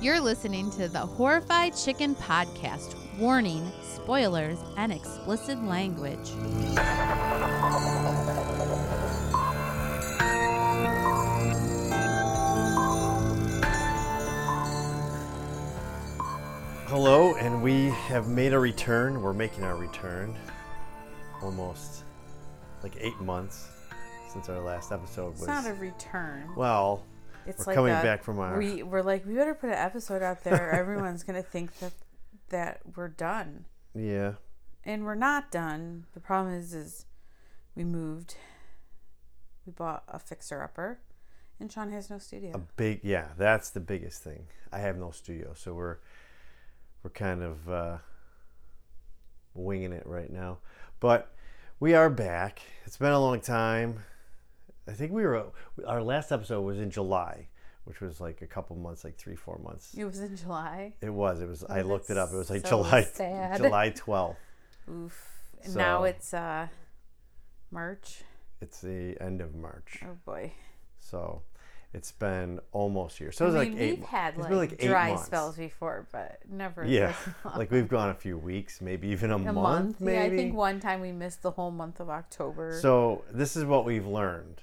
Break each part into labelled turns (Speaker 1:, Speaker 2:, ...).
Speaker 1: You're listening to the Horrified Chicken Podcast. Warning, spoilers, and explicit language.
Speaker 2: Hello, and we have made a return. We're making our return. Almost like eight months since our last episode was.
Speaker 3: It's not a return.
Speaker 2: well,
Speaker 3: It's
Speaker 2: we're
Speaker 3: like
Speaker 2: coming
Speaker 3: a-
Speaker 2: back from our-
Speaker 3: We we're like we better put an episode out there. or Everyone's gonna think that that we're done,
Speaker 2: yeah.
Speaker 3: and we're not done. The problem is, is we moved. We bought a fixer upper, and Sean has no
Speaker 2: A
Speaker 3: studio.
Speaker 2: big, yeah, that's the biggest thing. I have no studio, so we're we're kind of uh, winging it right now. But we are back. It's been a long time. I think we were our last episode was in July, which was like a couple months, like three, four months.
Speaker 3: It was in July.
Speaker 2: It was. It was. I looked it up. It was like
Speaker 3: so
Speaker 2: July
Speaker 3: sad.
Speaker 2: July twelfth.
Speaker 3: Oof. And now
Speaker 2: So-
Speaker 3: it's uh, March.
Speaker 2: It's the end of March,
Speaker 3: Oh boy.
Speaker 2: so it's been almost a year. So it was
Speaker 3: I
Speaker 2: like
Speaker 3: mean,
Speaker 2: eight.
Speaker 3: we've
Speaker 2: mo-
Speaker 3: had
Speaker 2: it's
Speaker 3: like,
Speaker 2: been like eight
Speaker 3: dry
Speaker 2: months.
Speaker 3: spells before, but never.
Speaker 2: Yeah,
Speaker 3: this long.
Speaker 2: like we've gone a few weeks, maybe even a,
Speaker 3: a
Speaker 2: month,
Speaker 3: month.
Speaker 2: Maybe.
Speaker 3: Yeah, I think one time we missed the whole month of October.
Speaker 2: So this is what we've learned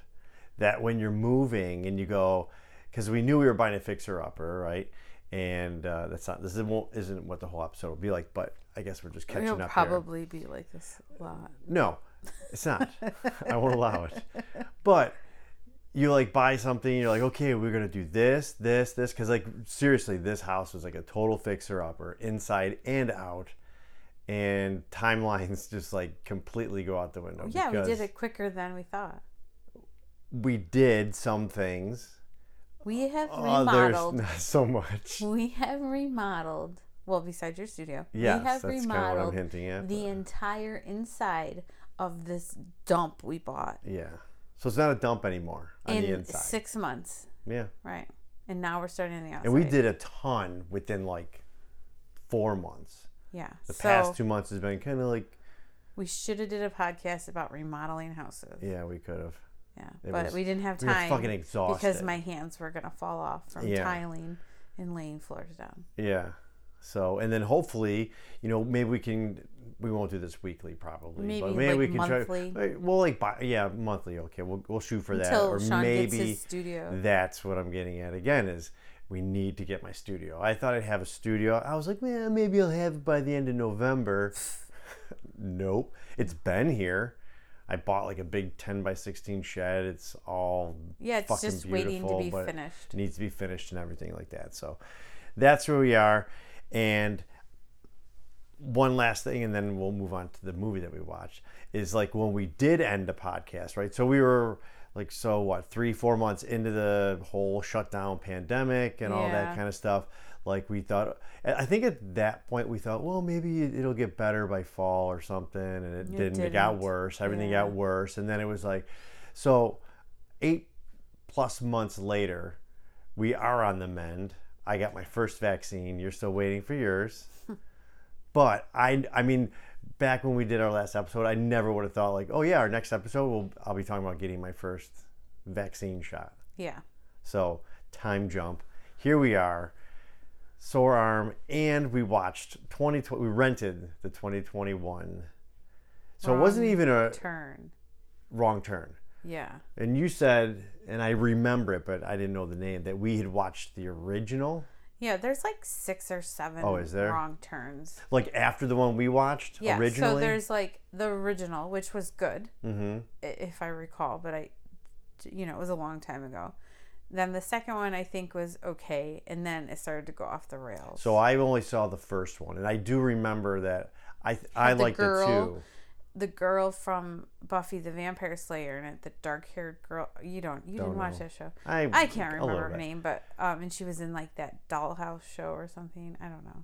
Speaker 2: that when you're moving and you go, because we knew we were buying a fixer upper, right? And uh, that's not this isn't, isn't what the whole episode will be like, but I guess we're just catching
Speaker 3: It'll
Speaker 2: up. here.
Speaker 3: probably be like this a lot.
Speaker 2: No, it's not. I won't allow it. But you like buy something, you're like, okay, we're gonna do this, this, this, because like seriously, this house was like a total fixer upper, inside and out, and timelines just like completely go out the window.
Speaker 3: Yeah, we
Speaker 2: because
Speaker 3: did it quicker than we thought.
Speaker 2: We did some things.
Speaker 3: We have
Speaker 2: Others
Speaker 3: remodeled.
Speaker 2: not so much.
Speaker 3: We have remodeled. Well, besides your studio,
Speaker 2: Yes,
Speaker 3: we
Speaker 2: that's
Speaker 3: have
Speaker 2: kinda what I'm
Speaker 3: remodeled
Speaker 2: hinting at,
Speaker 3: the entire inside of this dump we bought
Speaker 2: Yeah. So it's not a dump anymore on the
Speaker 3: in
Speaker 2: inside.
Speaker 3: six months,
Speaker 2: yeah.
Speaker 3: right? And now we're starting on the outside.
Speaker 2: And we did a ton within like four months.
Speaker 3: yeah.
Speaker 2: The
Speaker 3: so
Speaker 2: past two months has been kind of like
Speaker 3: we should have did a podcast about remodeling houses.
Speaker 2: Yeah, we could have.
Speaker 3: Yeah,
Speaker 2: It
Speaker 3: but
Speaker 2: was-
Speaker 3: we didn't have
Speaker 2: we were
Speaker 3: time.
Speaker 2: fucking
Speaker 3: because
Speaker 2: exhausted.
Speaker 3: my hands were gonna fall off from
Speaker 2: Yeah.
Speaker 3: tiling and laying floors down.
Speaker 2: Yeah. So and then hopefully, you know, maybe we can. We won't do this weekly, probably.
Speaker 3: Maybe,
Speaker 2: but maybe
Speaker 3: like,
Speaker 2: we can
Speaker 3: monthly.
Speaker 2: try. like, We'll like buy. Yeah, monthly. Okay, we'll we'll shoot for that.
Speaker 3: Until
Speaker 2: or
Speaker 3: Sean gets
Speaker 2: maybe
Speaker 3: his studio.
Speaker 2: that's what I'm getting at again is we need to get my studio. I thought I'd have a studio. I was like, man, maybe I'll have it by the end of November. nope, it's been here. I bought like a big ten by sixteen shed. It's all
Speaker 3: Yeah, it's
Speaker 2: fucking
Speaker 3: just waiting to
Speaker 2: beautiful,
Speaker 3: be
Speaker 2: but-
Speaker 3: finished.
Speaker 2: it needs to be finished and everything like that. So that's where we are. And one last thing, and then we'll move on to the movie that we watched is like when we did end the podcast, right? So we were like, so what, three, four months into the whole shutdown pandemic and all that
Speaker 3: Yeah.
Speaker 2: kind of stuff. Like we thought, I I think at that point we thought, well, maybe it'll get better by fall or something, and it, didn't. It got
Speaker 3: didn't.
Speaker 2: worse. Everything
Speaker 3: Yeah.
Speaker 2: got worse, and then it was like, so eight plus months later, we are on the mend. I got my first vaccine. You're still waiting for yours. but I, I mean, back when we did our last episode, I never would have thought like, oh yeah, our next episode, will I'll be talking about getting my first vaccine shot.
Speaker 3: Yeah.
Speaker 2: So time jump. Here we are. Sore arm, and we watched 2020. We rented the 2021. So it wasn't
Speaker 3: Wrong
Speaker 2: even a
Speaker 3: Turn.
Speaker 2: wrong turn.
Speaker 3: Yeah.
Speaker 2: And you said, and I remember it, but I didn't know the name, that we had watched the original,
Speaker 3: Yeah, there's like six or seven
Speaker 2: Oh, is there?
Speaker 3: wrong turns.
Speaker 2: like after the one we watched
Speaker 3: Yeah.
Speaker 2: originally.
Speaker 3: So there's like the original, which was good,
Speaker 2: mm-hmm.
Speaker 3: i- if I recall, but I, you know, it was a long time ago. Then the second one I think was okay, and then it started to go off the rails.
Speaker 2: So I only saw the first one, and I do remember that. I I
Speaker 3: Had the
Speaker 2: liked it
Speaker 3: girl.
Speaker 2: too.
Speaker 3: the girl from Buffy the Vampire Slayer and it, the dark haired girl. You don't, you didn't watch
Speaker 2: know.
Speaker 3: that show.
Speaker 2: I
Speaker 3: I can't
Speaker 2: a little
Speaker 3: remember her
Speaker 2: bit.
Speaker 3: name, but um, and she was in like that dollhouse show or something. I don't know.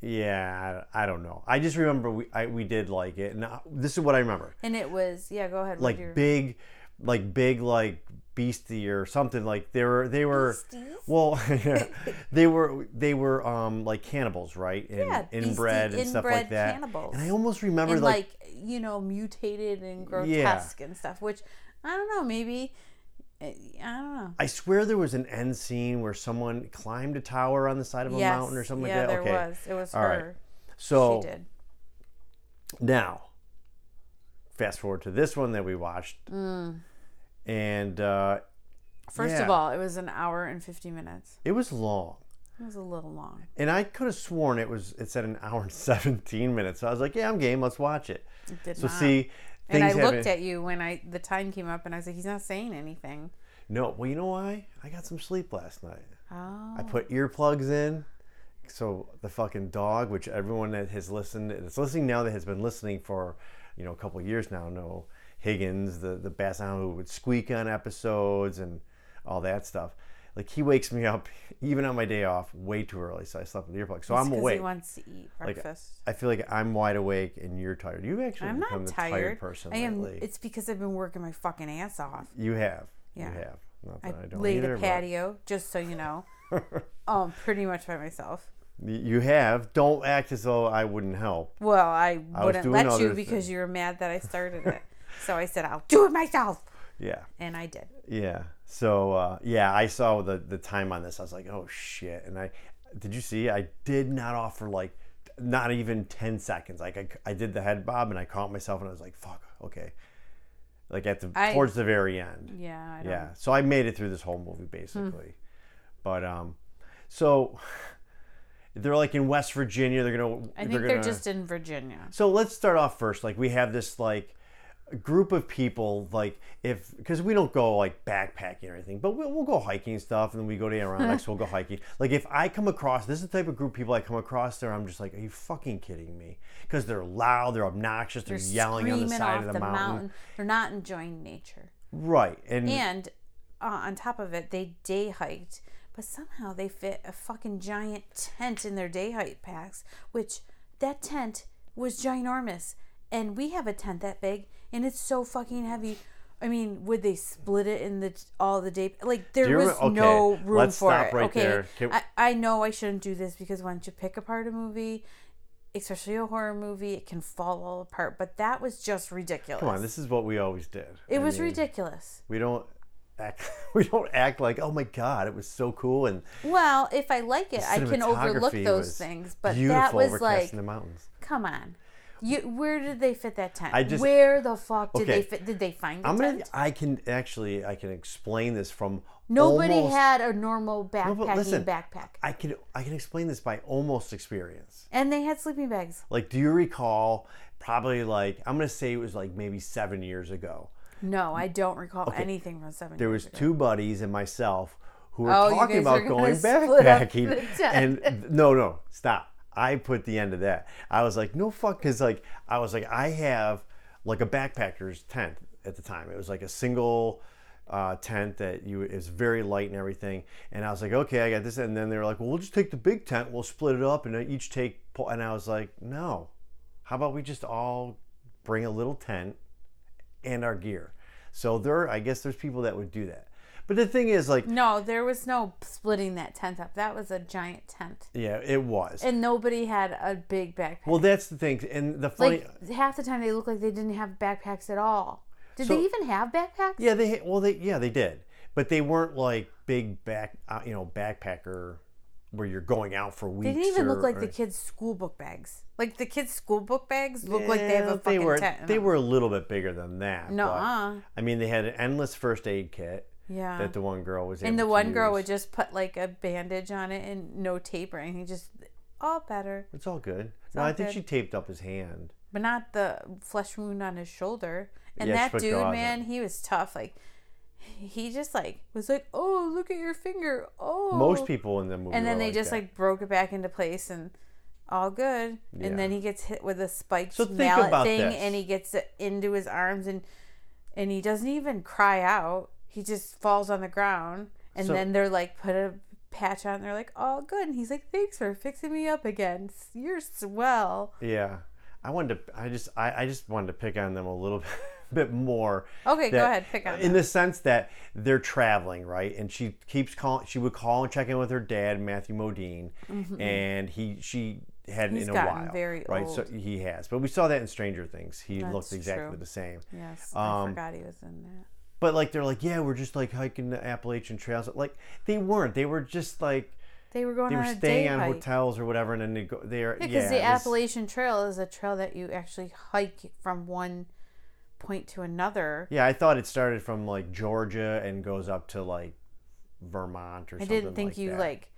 Speaker 2: Yeah, I I don't know. I just remember we I, we did like it, and I, this is what I remember.
Speaker 3: And it was yeah. Go ahead.
Speaker 2: like big like big like beastie or something like they were they were well they were they were um like cannibals right and
Speaker 3: Yeah, beastie,
Speaker 2: inbred and stuff like
Speaker 3: inbred
Speaker 2: that
Speaker 3: cannibals.
Speaker 2: and i almost remember
Speaker 3: and
Speaker 2: like,
Speaker 3: like, you know mutated and grotesque and stuff. Which I don't know. Maybe It, I don't know.
Speaker 2: I swear there was an end scene where someone climbed a tower on the side of a
Speaker 3: Yes.
Speaker 2: mountain or something
Speaker 3: yeah,
Speaker 2: like that.
Speaker 3: there
Speaker 2: okay.
Speaker 3: was. It was
Speaker 2: All right.
Speaker 3: her.
Speaker 2: So
Speaker 3: she did.
Speaker 2: now, fast forward to this one that we watched.
Speaker 3: Mm.
Speaker 2: And uh,
Speaker 3: First of
Speaker 2: yeah.
Speaker 3: all, it was an hour and 50 minutes.
Speaker 2: it was long.
Speaker 3: It was a little long.
Speaker 2: And I could have sworn it was it said an hour and 17 minutes. So I was like, yeah, I'm game. Let's watch it.
Speaker 3: It did
Speaker 2: So
Speaker 3: not.
Speaker 2: see,
Speaker 3: and I
Speaker 2: haven't-
Speaker 3: looked at you when I the time came up, and I was like, "He's not saying anything."
Speaker 2: No, well, you know why? I got some sleep last night.
Speaker 3: Oh,
Speaker 2: I put earplugs in. So the fucking dog, which everyone that has listened, that's listening now, that has been listening for, you know, a couple of years now, know Higgins, the the basset who would squeak on episodes and all that stuff. Like he wakes me up even on my day off way too early, so I slept with earplugs. So I'm awake.
Speaker 3: He wants to eat breakfast.
Speaker 2: I feel like I'm wide awake and you're tired. You actually
Speaker 3: I'm
Speaker 2: become
Speaker 3: not
Speaker 2: the
Speaker 3: tired.
Speaker 2: person
Speaker 3: I am.
Speaker 2: lately.
Speaker 3: It's because I've been working my fucking ass off.
Speaker 2: you have.
Speaker 3: Yeah.
Speaker 2: You have. Not
Speaker 3: I,
Speaker 2: that I, don't
Speaker 3: laid
Speaker 2: either.
Speaker 3: a
Speaker 2: but-
Speaker 3: patio, just so you know, um, pretty much by myself.
Speaker 2: You have. Don't act as though I wouldn't help.
Speaker 3: Well, I
Speaker 2: was
Speaker 3: wouldn't
Speaker 2: doing
Speaker 3: let
Speaker 2: other
Speaker 3: you because you were mad that I started it. so I said, "I'll do it myself,"
Speaker 2: Yeah.
Speaker 3: and I did.
Speaker 2: Yeah. So uh, yeah, I saw the the time on this. I was like, oh shit. And I did you see? I did not offer like not even ten seconds. Like I, I did the head bob and I caught myself and I was like, fuck, okay. Like at the
Speaker 3: I-
Speaker 2: towards the very end.
Speaker 3: Yeah, I don't,
Speaker 2: yeah so i made it through this whole movie basically but um so they're like in west virginia they're gonna
Speaker 3: I think they're,
Speaker 2: gonna,
Speaker 3: just in Virginia.
Speaker 2: so let's start off first like we have this like group of people like if because we don't go like backpacking or anything but we'll, we'll go hiking and stuff and then we go to Adirondacks we'll go hiking like if I come across this is the type of group of people I come across there I'm just like are you fucking kidding me because they're loud they're obnoxious they're,
Speaker 3: They're
Speaker 2: yelling on the
Speaker 3: screaming
Speaker 2: side
Speaker 3: off
Speaker 2: of the, mountain.
Speaker 3: They're not enjoying nature.
Speaker 2: right and
Speaker 3: And uh, on top of it, they day hiked, but somehow they fit a fucking giant tent in their day hike packs, which that tent was ginormous. And we have a tent that big, and it's so fucking heavy. I mean, would they split it in the all the day? Like there
Speaker 2: Do you
Speaker 3: was
Speaker 2: remember- okay,
Speaker 3: no room
Speaker 2: let's
Speaker 3: for
Speaker 2: stop
Speaker 3: it.
Speaker 2: right
Speaker 3: okay,
Speaker 2: there. Can-
Speaker 3: I, I know I shouldn't do this because once you pick apart a movie, especially a horror movie, it can fall all apart. But that was just ridiculous.
Speaker 2: come on this is what we always did
Speaker 3: it
Speaker 2: I
Speaker 3: was
Speaker 2: mean,
Speaker 3: ridiculous.
Speaker 2: we don't act we don't act like oh my god it was so cool and
Speaker 3: Well, if I like it, I can overlook
Speaker 2: cinematography
Speaker 3: those
Speaker 2: was
Speaker 3: things. But
Speaker 2: beautiful
Speaker 3: that was
Speaker 2: overcast
Speaker 3: like,
Speaker 2: in the mountains
Speaker 3: come on, you, where did they fit that tent?
Speaker 2: I just-
Speaker 3: where the fuck did
Speaker 2: Okay.
Speaker 3: they fit? Did they find a
Speaker 2: i'm gonna
Speaker 3: tent?
Speaker 2: i can actually i can explain this from
Speaker 3: Nobody
Speaker 2: almost,
Speaker 3: had a normal backpacking
Speaker 2: listen.
Speaker 3: backpack,
Speaker 2: i can i can explain this by almost experience
Speaker 3: and they had sleeping bags.
Speaker 2: like do you recall probably like i'm gonna say it was like maybe seven years ago
Speaker 3: No, I don't recall anything from seven.
Speaker 2: there
Speaker 3: years
Speaker 2: was
Speaker 3: ago.
Speaker 2: two buddies in myself who were
Speaker 3: Oh, you
Speaker 2: talking
Speaker 3: guys
Speaker 2: about
Speaker 3: were gonna
Speaker 2: going
Speaker 3: split up the
Speaker 2: backpacking
Speaker 3: tent.
Speaker 2: and no no stop i put the end of that i was like no fuck because like i was like i have like a backpacker's tent at the time it was like a single uh, tent that you is very light and everything and i was like okay i got this and then they were like well we'll just take the big tent we'll split it up and each take po-" and i was like no how about we just all bring a little tent and our gear. So there, I guess there's people that would do that. But the thing is, like,
Speaker 3: No, there was no splitting that tent up. That was a giant tent,
Speaker 2: yeah, it was.
Speaker 3: and nobody had a big backpack.
Speaker 2: well, that's the thing, and the funny,
Speaker 3: like half the time, they looked like they didn't have backpacks at all. Did
Speaker 2: So-
Speaker 3: they even have backpacks?
Speaker 2: yeah, they well, they yeah, they did, but they weren't like big back, uh, you know, backpacker where you're going out for weeks.
Speaker 3: They didn't even look
Speaker 2: or-
Speaker 3: like
Speaker 2: or-
Speaker 3: the kids' school book bags. Like the kids' school book bags look like they have
Speaker 2: Yeah,
Speaker 3: a fucking
Speaker 2: they were,
Speaker 3: tent. in
Speaker 2: They
Speaker 3: them.
Speaker 2: were a little bit bigger than that. No,
Speaker 3: Nuh-uh.
Speaker 2: I mean, they had an endless first aid kit
Speaker 3: yeah.
Speaker 2: that the one girl was.
Speaker 3: and
Speaker 2: able
Speaker 3: the
Speaker 2: to
Speaker 3: one girl
Speaker 2: use.
Speaker 3: would just put like a bandage on it and no tape or anything. Just all better,
Speaker 2: It's all good. no,
Speaker 3: all
Speaker 2: I think
Speaker 3: good.
Speaker 2: she taped up his hand.
Speaker 3: but not the flesh wound on his shoulder. And
Speaker 2: Yeah, she
Speaker 3: that
Speaker 2: put
Speaker 3: dude,
Speaker 2: gauze in.
Speaker 3: man, he was tough. Like he just like was like, oh, look at your finger. Oh,
Speaker 2: Most people in the movie.
Speaker 3: And then
Speaker 2: were
Speaker 3: they
Speaker 2: like
Speaker 3: just
Speaker 2: that.
Speaker 3: like broke it back into place and all good.
Speaker 2: Yeah.
Speaker 3: And then he gets hit with a spiked
Speaker 2: So think
Speaker 3: mallet
Speaker 2: about
Speaker 3: thing
Speaker 2: this.
Speaker 3: and he gets it into his arms and and he doesn't even cry out. He just falls on the ground and
Speaker 2: So-
Speaker 3: then they're like put a patch on. They're like, "All good." And he's like, "Thanks for fixing me up again. You're swell."
Speaker 2: Yeah, I wanted to. I just. I, I just wanted to pick on them a little bit, bit more.
Speaker 3: Okay, go
Speaker 2: That-
Speaker 3: ahead, pick on
Speaker 2: In
Speaker 3: them.
Speaker 2: the sense that they're traveling, right? And she keeps calling. She would call and check in with her dad, Matthew Modine, and he she hadn't
Speaker 3: Mm-hmm. He's
Speaker 2: in a
Speaker 3: gotten
Speaker 2: while,
Speaker 3: very
Speaker 2: right? So
Speaker 3: old.
Speaker 2: he has, but we saw that in Stranger Things. He looked
Speaker 3: That's
Speaker 2: exactly
Speaker 3: true.
Speaker 2: the same.
Speaker 3: Yes, I
Speaker 2: Um,
Speaker 3: forgot he was in that.
Speaker 2: But like they're like, yeah, we're just like hiking the Appalachian trails. Like they weren't. They were just like
Speaker 3: They were going
Speaker 2: they were
Speaker 3: on a day
Speaker 2: staying on
Speaker 3: hike.
Speaker 2: hotels or whatever, and then they go. They are yeah.
Speaker 3: Yeah, because the
Speaker 2: it was-
Speaker 3: Appalachian Trail is a trail that you actually hike from one point to another.
Speaker 2: Yeah, I thought it started from like Georgia and goes up to like Vermont or
Speaker 3: I
Speaker 2: something.
Speaker 3: didn't think
Speaker 2: like
Speaker 3: you
Speaker 2: that.
Speaker 3: like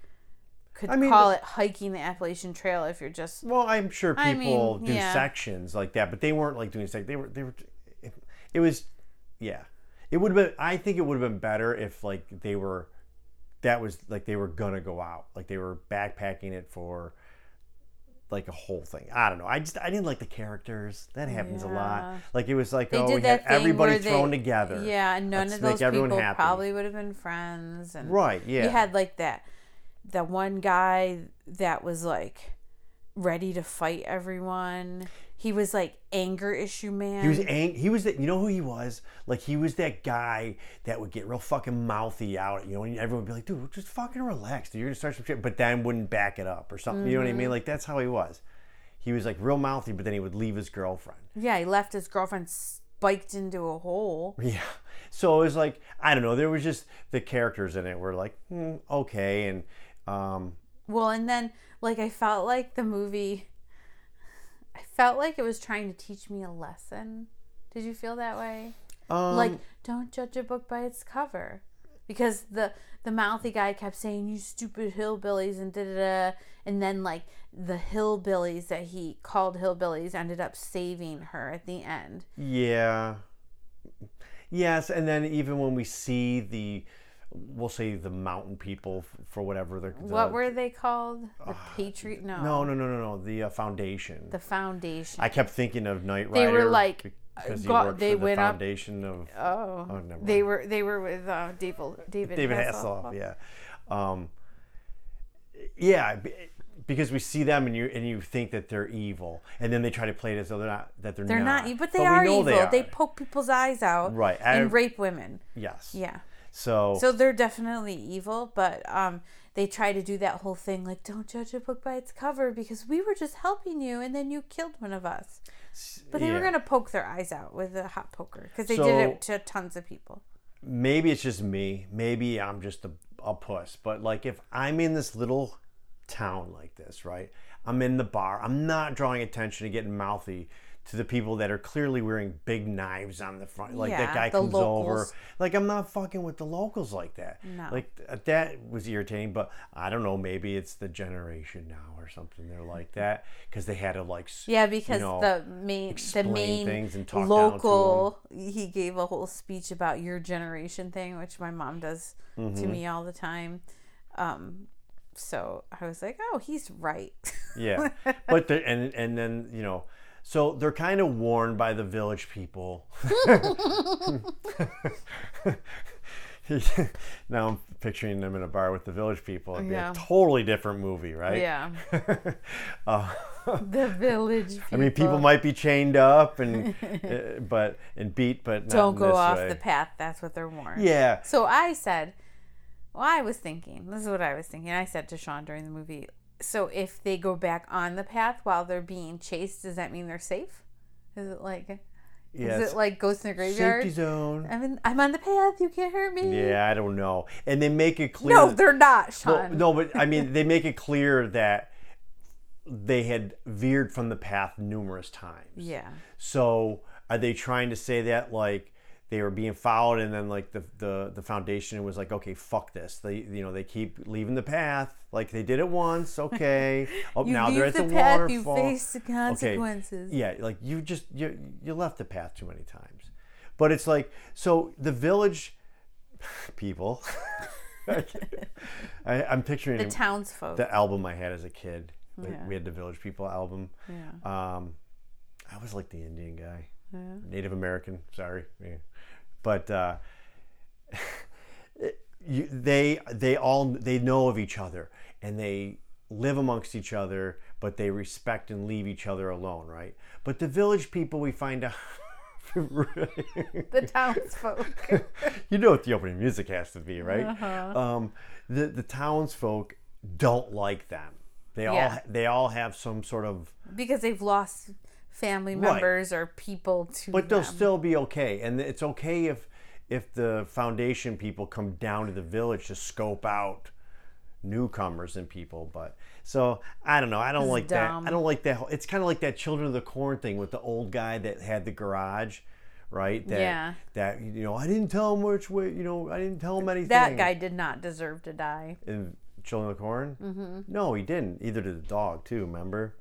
Speaker 3: could
Speaker 2: I mean,
Speaker 3: call
Speaker 2: the-
Speaker 3: it hiking the Appalachian Trail if you're just
Speaker 2: Well, I'm sure
Speaker 3: I
Speaker 2: people
Speaker 3: mean,
Speaker 2: do
Speaker 3: yeah.
Speaker 2: sections like that, but they weren't like doing sec. They were. They were. It, it was. Yeah, it would have been. I think it would have been better if like they were. That was like they were gonna go out. Like they were backpacking it for. Like a whole thing. I don't know. I just I didn't like the characters. That happens a
Speaker 3: Yeah.
Speaker 2: lot. Like it was like
Speaker 3: they
Speaker 2: oh
Speaker 3: did
Speaker 2: we had
Speaker 3: that thing
Speaker 2: everybody
Speaker 3: where they-
Speaker 2: thrown together.
Speaker 3: Yeah, and none
Speaker 2: Let's
Speaker 3: of
Speaker 2: make
Speaker 3: those people
Speaker 2: everyone happy.
Speaker 3: probably would have been friends. And
Speaker 2: Right. Yeah.
Speaker 3: you had like that, the one guy that was like ready to fight everyone. He was like anger issue man.
Speaker 2: He was ang- he was that you know who he was? Like he was that guy that would get real fucking mouthy out, you know, and everyone would be like, dude, just fucking relax, dude. You're gonna start some shit, but then wouldn't back it up or something. You know what I mean?
Speaker 3: Mm-hmm.
Speaker 2: Like that's how he was. He was like real mouthy, but then he would leave his girlfriend.
Speaker 3: yeah, he left his girlfriend spiked into a hole.
Speaker 2: Yeah. So it was like, I don't know, there was just the characters in it were like, hmm, okay, and um
Speaker 3: Well, and then like I felt like the movie I felt like it was trying to teach me a lesson. Did you feel that way?
Speaker 2: um
Speaker 3: like don't judge a book by its cover. Because the the mouthy guy kept saying you stupid hillbillies and da da da and then like the hillbillies that he called hillbillies ended up saving her at the end.
Speaker 2: Yeah. Yes, and then even when we see the we'll say the mountain people f- for whatever they're
Speaker 3: what
Speaker 2: the-
Speaker 3: were they called? The patriot no,
Speaker 2: Ah, No, no, no, no, no. The uh, foundation.
Speaker 3: Oh. the foundation.
Speaker 2: I kept thinking of Knight
Speaker 3: They
Speaker 2: Rider.
Speaker 3: were like,
Speaker 2: because he
Speaker 3: got-
Speaker 2: worked
Speaker 3: they
Speaker 2: for the
Speaker 3: went up-
Speaker 2: foundation of
Speaker 3: oh.
Speaker 2: Oh, never
Speaker 3: they were they were with uh, David David,
Speaker 2: David
Speaker 3: Hasselhoff.
Speaker 2: Hasselhoff. Yeah, um, yeah. b- Because we see them and you and you think that they're evil, and then they try to play it as though they're not. That they're,
Speaker 3: They're not, e- but they
Speaker 2: we
Speaker 3: are
Speaker 2: know
Speaker 3: evil. They,
Speaker 2: are.
Speaker 3: poke people's eyes out,
Speaker 2: Right,
Speaker 3: and
Speaker 2: I-
Speaker 3: rape women.
Speaker 2: yes.
Speaker 3: Yeah,
Speaker 2: So,
Speaker 3: so they're definitely evil, but um, they try to do that whole thing like, don't judge a book by its cover because we were just helping you, and then you killed one of us. But they were
Speaker 2: yeah.
Speaker 3: gonna poke their eyes out with a hot poker because they did it to tons of people.
Speaker 2: maybe it's just me. Maybe I'm just a, a puss. But like if I'm in this little town like this, right? I'm in the bar. I'm not drawing attention to getting mouthy to the people that are clearly wearing big knives on the front. Like
Speaker 3: Yeah,
Speaker 2: that guy
Speaker 3: the
Speaker 2: comes over.
Speaker 3: locals.
Speaker 2: Like I'm not fucking with the locals like that.
Speaker 3: No.
Speaker 2: Like th- that was irritating. But I don't know. Maybe it's the generation now or something. They're like that because they had to like. s-
Speaker 3: Yeah, because
Speaker 2: know,
Speaker 3: the main the
Speaker 2: explain
Speaker 3: main
Speaker 2: things and talk down to 'em.
Speaker 3: local he gave a whole speech about your generation thing, which my mom does to
Speaker 2: Mm-hmm.
Speaker 3: me all the time. Um, so I was like, oh, he's right.
Speaker 2: Yeah, but the, and and then you know, so they're kind of warned by the village people. now I'm picturing them in a bar with the village people. It'd be
Speaker 3: Yeah.
Speaker 2: a totally different movie, right?
Speaker 3: yeah,
Speaker 2: Uh,
Speaker 3: the village. People
Speaker 2: I mean, people might be chained up and uh, but and beat, but not
Speaker 3: don't
Speaker 2: in
Speaker 3: go
Speaker 2: this
Speaker 3: off
Speaker 2: way.
Speaker 3: the path. That's what they're warned.
Speaker 2: Yeah,
Speaker 3: So I said, well, I was thinking, this is what I was thinking. I said to Sean during the movie, so if they go back on the path while they're being chased, does that mean they're safe? Is it like,
Speaker 2: yeah.
Speaker 3: is
Speaker 2: it's
Speaker 3: it like Ghost in the Graveyard?
Speaker 2: safety zone.
Speaker 3: I'm, in, I'm on the path, you can't hurt me.
Speaker 2: Yeah, I don't know. And they make it clear.
Speaker 3: No,
Speaker 2: that-
Speaker 3: they're not,
Speaker 2: Well,
Speaker 3: Sean.
Speaker 2: no, but I mean, they make it clear that they had veered from the path numerous times.
Speaker 3: Yeah.
Speaker 2: So are they trying to say that like they were being followed, and then like the the, the foundation was like, okay, fuck this. They you know they keep leaving the path. Like they did it once, okay. Oh,
Speaker 3: You
Speaker 2: now
Speaker 3: leave
Speaker 2: they're at
Speaker 3: the
Speaker 2: the,
Speaker 3: path, you
Speaker 2: waterfall.
Speaker 3: face the
Speaker 2: Okay.
Speaker 3: consequences.
Speaker 2: Yeah, like you just you you left the path too many times. But it's like so the village people. I, I'm picturing
Speaker 3: The townsfolk.
Speaker 2: the album I had as a kid. We- We had the Village People album.
Speaker 3: yeah.
Speaker 2: Um, I was like the Indian guy, Native American. Sorry, Yeah. but uh, you, they they all they know of each other and they live amongst each other, but they respect and leave each other alone, right? But the Village People, we find out.
Speaker 3: The townsfolk.
Speaker 2: you know what the opening music has to be, right? Um, the the townsfolk don't like them. They all
Speaker 3: Yeah.
Speaker 2: they all have some sort of,
Speaker 3: because they've lost family members or people to
Speaker 2: but they'll
Speaker 3: them.
Speaker 2: still be okay, and it's okay if if the foundation people come down to the village to scope out newcomers and people but so i don't know i don't like
Speaker 3: dumb.
Speaker 2: that i don't like that whole- it's kind of like that children of the corn thing with the old guy that had the garage right that
Speaker 3: Yeah.
Speaker 2: that you know i didn't tell him which way you know i didn't tell him anything
Speaker 3: That guy did not deserve to die.
Speaker 2: in children of the corn mm-hmm. no he didn't either to the dog too remember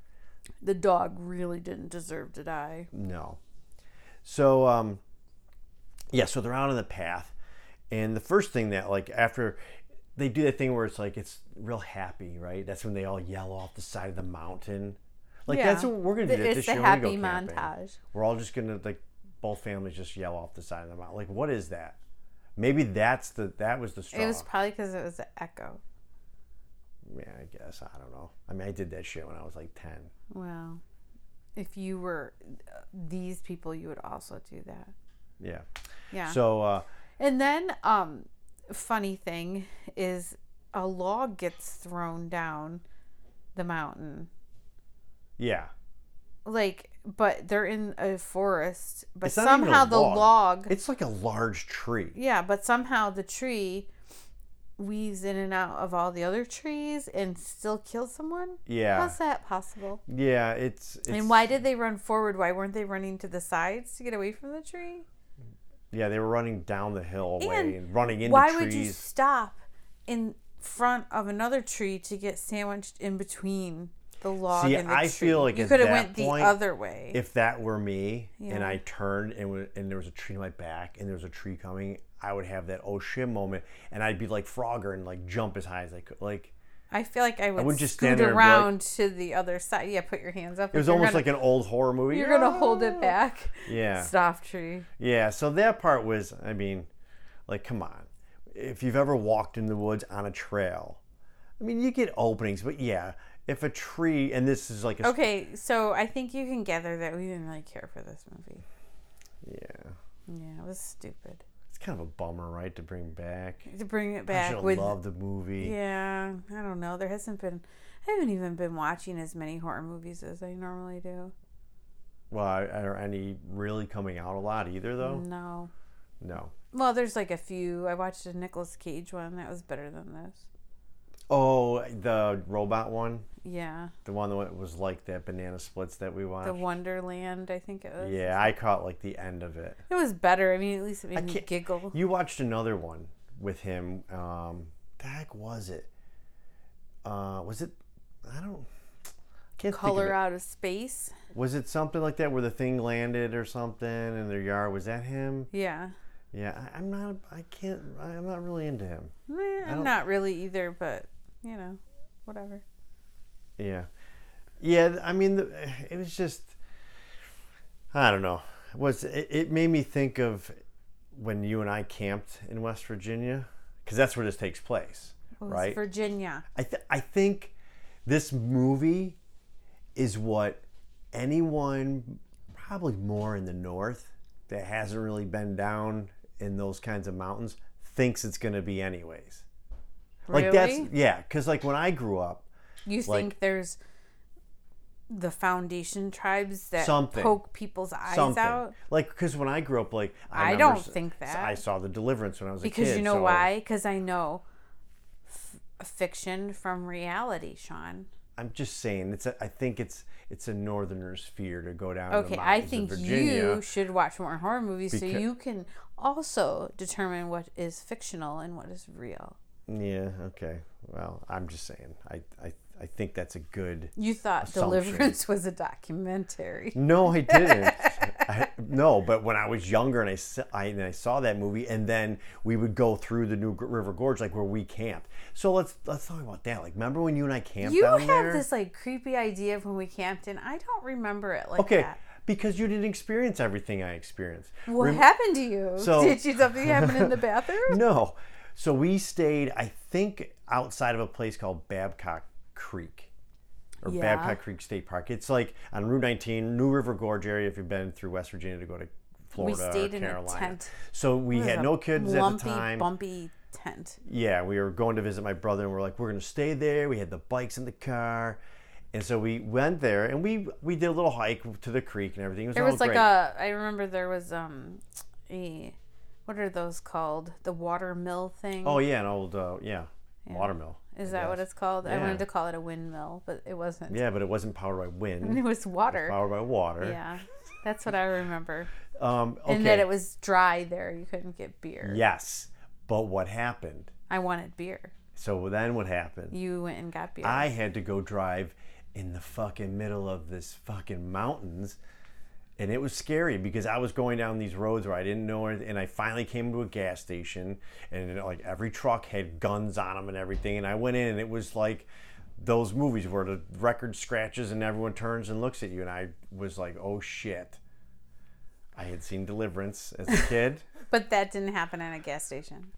Speaker 3: The dog really didn't deserve to die.
Speaker 2: No. So um yeah, so they're out on the path and the first thing that like after they do that thing where it's like it's real happy, right? That's when they all yell off the side of the mountain. Like that's
Speaker 3: Yeah.
Speaker 2: what we're gonna do
Speaker 3: Th-
Speaker 2: this
Speaker 3: it's
Speaker 2: year
Speaker 3: the
Speaker 2: when we
Speaker 3: happy
Speaker 2: go camping.
Speaker 3: montage.
Speaker 2: We're all just gonna like both families just yell off the side of the mountain. Like what is that? Maybe that's the that was the straw.
Speaker 3: It was probably because it was an echo.
Speaker 2: yeah, I guess I don't know. I mean, I did that shit when I was like ten.
Speaker 3: Well, if you were uh, these people, you would also do that.
Speaker 2: Yeah.
Speaker 3: Yeah.
Speaker 2: So uh,
Speaker 3: And then, um, funny thing is, a log gets thrown down the mountain.
Speaker 2: yeah,
Speaker 3: Like, but they're in a forest. But
Speaker 2: It's not even a
Speaker 3: somehow the
Speaker 2: log.
Speaker 3: log.
Speaker 2: it's like a large tree.
Speaker 3: yeah, but somehow the tree weaves in and out of all the other trees and still kills someone.
Speaker 2: Yeah.
Speaker 3: How's that possible?
Speaker 2: Yeah, it's, it's
Speaker 3: And why did they run forward? Why weren't they running to the sides to get away from the tree?
Speaker 2: Yeah, they were running down the hill away
Speaker 3: And
Speaker 2: and, running into
Speaker 3: Why
Speaker 2: trees.
Speaker 3: would you stop in front of another tree to get sandwiched in between the log
Speaker 2: See,
Speaker 3: and the
Speaker 2: I
Speaker 3: tree?
Speaker 2: feel like
Speaker 3: you
Speaker 2: at
Speaker 3: could have
Speaker 2: that
Speaker 3: went
Speaker 2: point,
Speaker 3: the other way.
Speaker 2: if that were me and
Speaker 3: Yeah.
Speaker 2: I turned and, w- and there was a tree to my back and there was a tree coming, I would have that oh shit moment and I'd be like Frogger and like jump as high as I could. Like
Speaker 3: I feel like I would,
Speaker 2: wouldn't just
Speaker 3: just
Speaker 2: stand
Speaker 3: scoot
Speaker 2: there and be like-
Speaker 3: around to the other side. Yeah, put your hands up.
Speaker 2: it was almost like an old horror movie.
Speaker 3: you're gonna hold it back.
Speaker 2: Yeah.
Speaker 3: Stop tree.
Speaker 2: Yeah, so that part was, I mean, like, come on. If you've ever walked in the woods on a trail, I mean, you get openings, but yeah, if a tree, and this is like a
Speaker 3: Okay, so I think you can gather that we didn't really care for this movie.
Speaker 2: yeah,
Speaker 3: Yeah, it was stupid
Speaker 2: it's kind of a bummer, right, to bring back.
Speaker 3: to bring it
Speaker 2: I should
Speaker 3: back
Speaker 2: have
Speaker 3: with.
Speaker 2: loved the movie.
Speaker 3: Yeah, I don't know. There hasn't been. I haven't even been watching as many horror movies as I normally do.
Speaker 2: Well, I- are any really coming out a lot either, though?
Speaker 3: No. Mm-hmm.
Speaker 2: No.
Speaker 3: Well, there's like a few. I watched a Nicolas Cage one that was better than this.
Speaker 2: Oh, the robot one,
Speaker 3: Yeah,
Speaker 2: the one that was like that banana splits that we watched.
Speaker 3: The Wonderland. I think it was.
Speaker 2: yeah, I caught like the end of it.
Speaker 3: It was better. I mean, at least it made me
Speaker 2: can't-
Speaker 3: giggle.
Speaker 2: You watched another one with him. Um, the heck was it? Uh, was it? I don't. I can't
Speaker 3: Color
Speaker 2: Think
Speaker 3: out of space.
Speaker 2: of it. Was it something like that where the thing landed or something in their yard? Was that him?
Speaker 3: Yeah.
Speaker 2: Yeah, I, I'm not. I can't. I, I'm not really into him.
Speaker 3: Eh, I'm not really either, but you know, whatever.
Speaker 2: Yeah, yeah. th- I mean, the, it was just. I don't know. Was it, it made me think of when you and I camped in West Virginia because that's where this takes place,
Speaker 3: It was
Speaker 2: right?
Speaker 3: Virginia.
Speaker 2: I, th- I think this movie is what anyone, probably more in the north, that hasn't really been down in those kinds of mountains, thinks it's going to be, anyways.
Speaker 3: Really?
Speaker 2: Like, that's, yeah, because like when I grew up,
Speaker 3: you think there's the foundation tribes that
Speaker 2: Something.
Speaker 3: poke people's eyes
Speaker 2: something.
Speaker 3: out?
Speaker 2: Like, because when I grew up, like,
Speaker 3: I
Speaker 2: remember
Speaker 3: don't
Speaker 2: s-
Speaker 3: think
Speaker 2: s-
Speaker 3: that.
Speaker 2: I saw The Deliverance when I was a kid.
Speaker 3: Because you know
Speaker 2: so-
Speaker 3: why? Because I know f- fiction from reality, Sean.
Speaker 2: I'm just saying, it's a, I think it's it's a northerner's fear to go down. to
Speaker 3: Okay,
Speaker 2: the
Speaker 3: I
Speaker 2: mountains of
Speaker 3: think
Speaker 2: Virginia.
Speaker 3: you should watch more horror movies so
Speaker 2: Becau-
Speaker 3: you can also determine what is fictional and what is real.
Speaker 2: Yeah. Okay. Well, I'm just saying. I I, I think that's a good.
Speaker 3: You thought
Speaker 2: Assumption.
Speaker 3: Deliverance was a documentary.
Speaker 2: No, I didn't. I, no, but when I was younger and I, s- I- and I saw that movie, and then we would go through the New Gr- River Gorge, like where we camped. So let's let's talk about that. Like, remember when you and I camped
Speaker 3: You
Speaker 2: down
Speaker 3: have
Speaker 2: there?
Speaker 3: this like creepy idea of when we camped, and I don't remember it like
Speaker 2: okay,
Speaker 3: that.
Speaker 2: because you didn't experience everything I experienced.
Speaker 3: What happened to you?
Speaker 2: So-
Speaker 3: Did you something happen in the bathroom?
Speaker 2: No. So we stayed, I think, outside of a place called Babcock Creek or
Speaker 3: Yeah.
Speaker 2: Babcock Creek State Park. It's like on Route 19, New River Gorge area. If you've been through West Virginia to go to Florida, or
Speaker 3: stayed in a
Speaker 2: Carolina.
Speaker 3: tent.
Speaker 2: So we
Speaker 3: It was
Speaker 2: had
Speaker 3: a
Speaker 2: no kids at the
Speaker 3: lumpy,
Speaker 2: time.
Speaker 3: Bumpy tent.
Speaker 2: Yeah, we were going to visit my brother, and we're like, we're gonna stay there. We had the bikes in the car. And so we went there, and we we did a little Oh, hike to the creek and everything. It was,
Speaker 3: There
Speaker 2: all
Speaker 3: was like
Speaker 2: great.
Speaker 3: a. I remember there was um a what are those called? The water mill thing.
Speaker 2: Oh yeah, an old uh, yeah, watermill.
Speaker 3: Is that what it's called? I
Speaker 2: Yeah.
Speaker 3: wanted to call it a windmill, but it wasn't.
Speaker 2: Yeah, but it wasn't powered by wind.
Speaker 3: It was water.
Speaker 2: powered by water.
Speaker 3: Yeah. That's what I remember.
Speaker 2: Um, okay.
Speaker 3: And that it was dry there. You couldn't get beer.
Speaker 2: yes, but what happened?
Speaker 3: I wanted beer.
Speaker 2: So then what happened?
Speaker 3: You went and got beer.
Speaker 2: I had to go drive in the fucking middle of this fucking mountains. And it was scary because I was going down these roads where I didn't know it. And I finally came to a gas station and like every truck had guns on them and everything. And I went in and it was like those movies where the record scratches and everyone turns and looks at you. And I was like, oh shit. I had seen Deliverance as a kid.
Speaker 3: but that didn't happen at a gas station.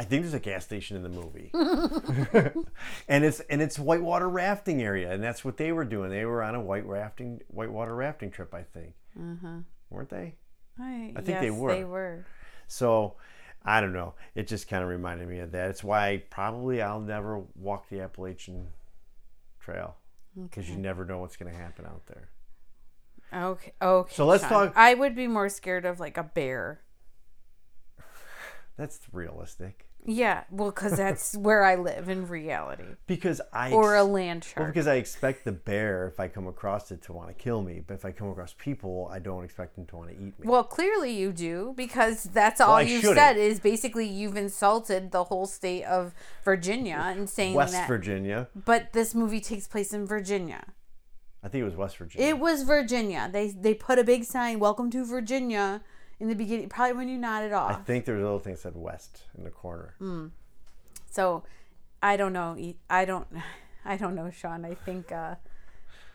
Speaker 2: I think there's a gas station in the movie. and it's and it's whitewater rafting area, and that's what they were doing. They were on a white rafting whitewater rafting trip, I think. Mm-hmm.
Speaker 3: Uh-huh.
Speaker 2: Weren't they?
Speaker 3: I,
Speaker 2: think they were.
Speaker 3: They were.
Speaker 2: So I don't know. It just kind of reminded me of that. It's why probably I'll never walk the Appalachian Trail because you never know what's going to happen out there.
Speaker 3: Okay. Okay.
Speaker 2: So let's
Speaker 3: Sean.
Speaker 2: talk-
Speaker 3: I would be more scared of like a bear.
Speaker 2: That's realistic
Speaker 3: Yeah. Well, because that's where I live in reality.
Speaker 2: because I
Speaker 3: Or a
Speaker 2: ex-
Speaker 3: land
Speaker 2: well,
Speaker 3: shark.
Speaker 2: because I expect the bear if I come across it to want to kill me, but if I come across people, I don't expect them to want to eat me.
Speaker 3: Well, clearly you do because that's all
Speaker 2: I
Speaker 3: you
Speaker 2: shouldn't.
Speaker 3: said is basically you've insulted the whole state of Virginia and saying
Speaker 2: West
Speaker 3: that.
Speaker 2: Virginia.
Speaker 3: but this movie takes place in Virginia.
Speaker 2: I think it was West Virginia.
Speaker 3: It was Virginia. They they put a big sign, "Welcome to Virginia," in the beginning, probably when you nodded
Speaker 2: I
Speaker 3: off.
Speaker 2: think there was a little thing that said West in the corner.
Speaker 3: Hmm. so, I don't know. e- I don't. I don't know, Sean. I think. Uh,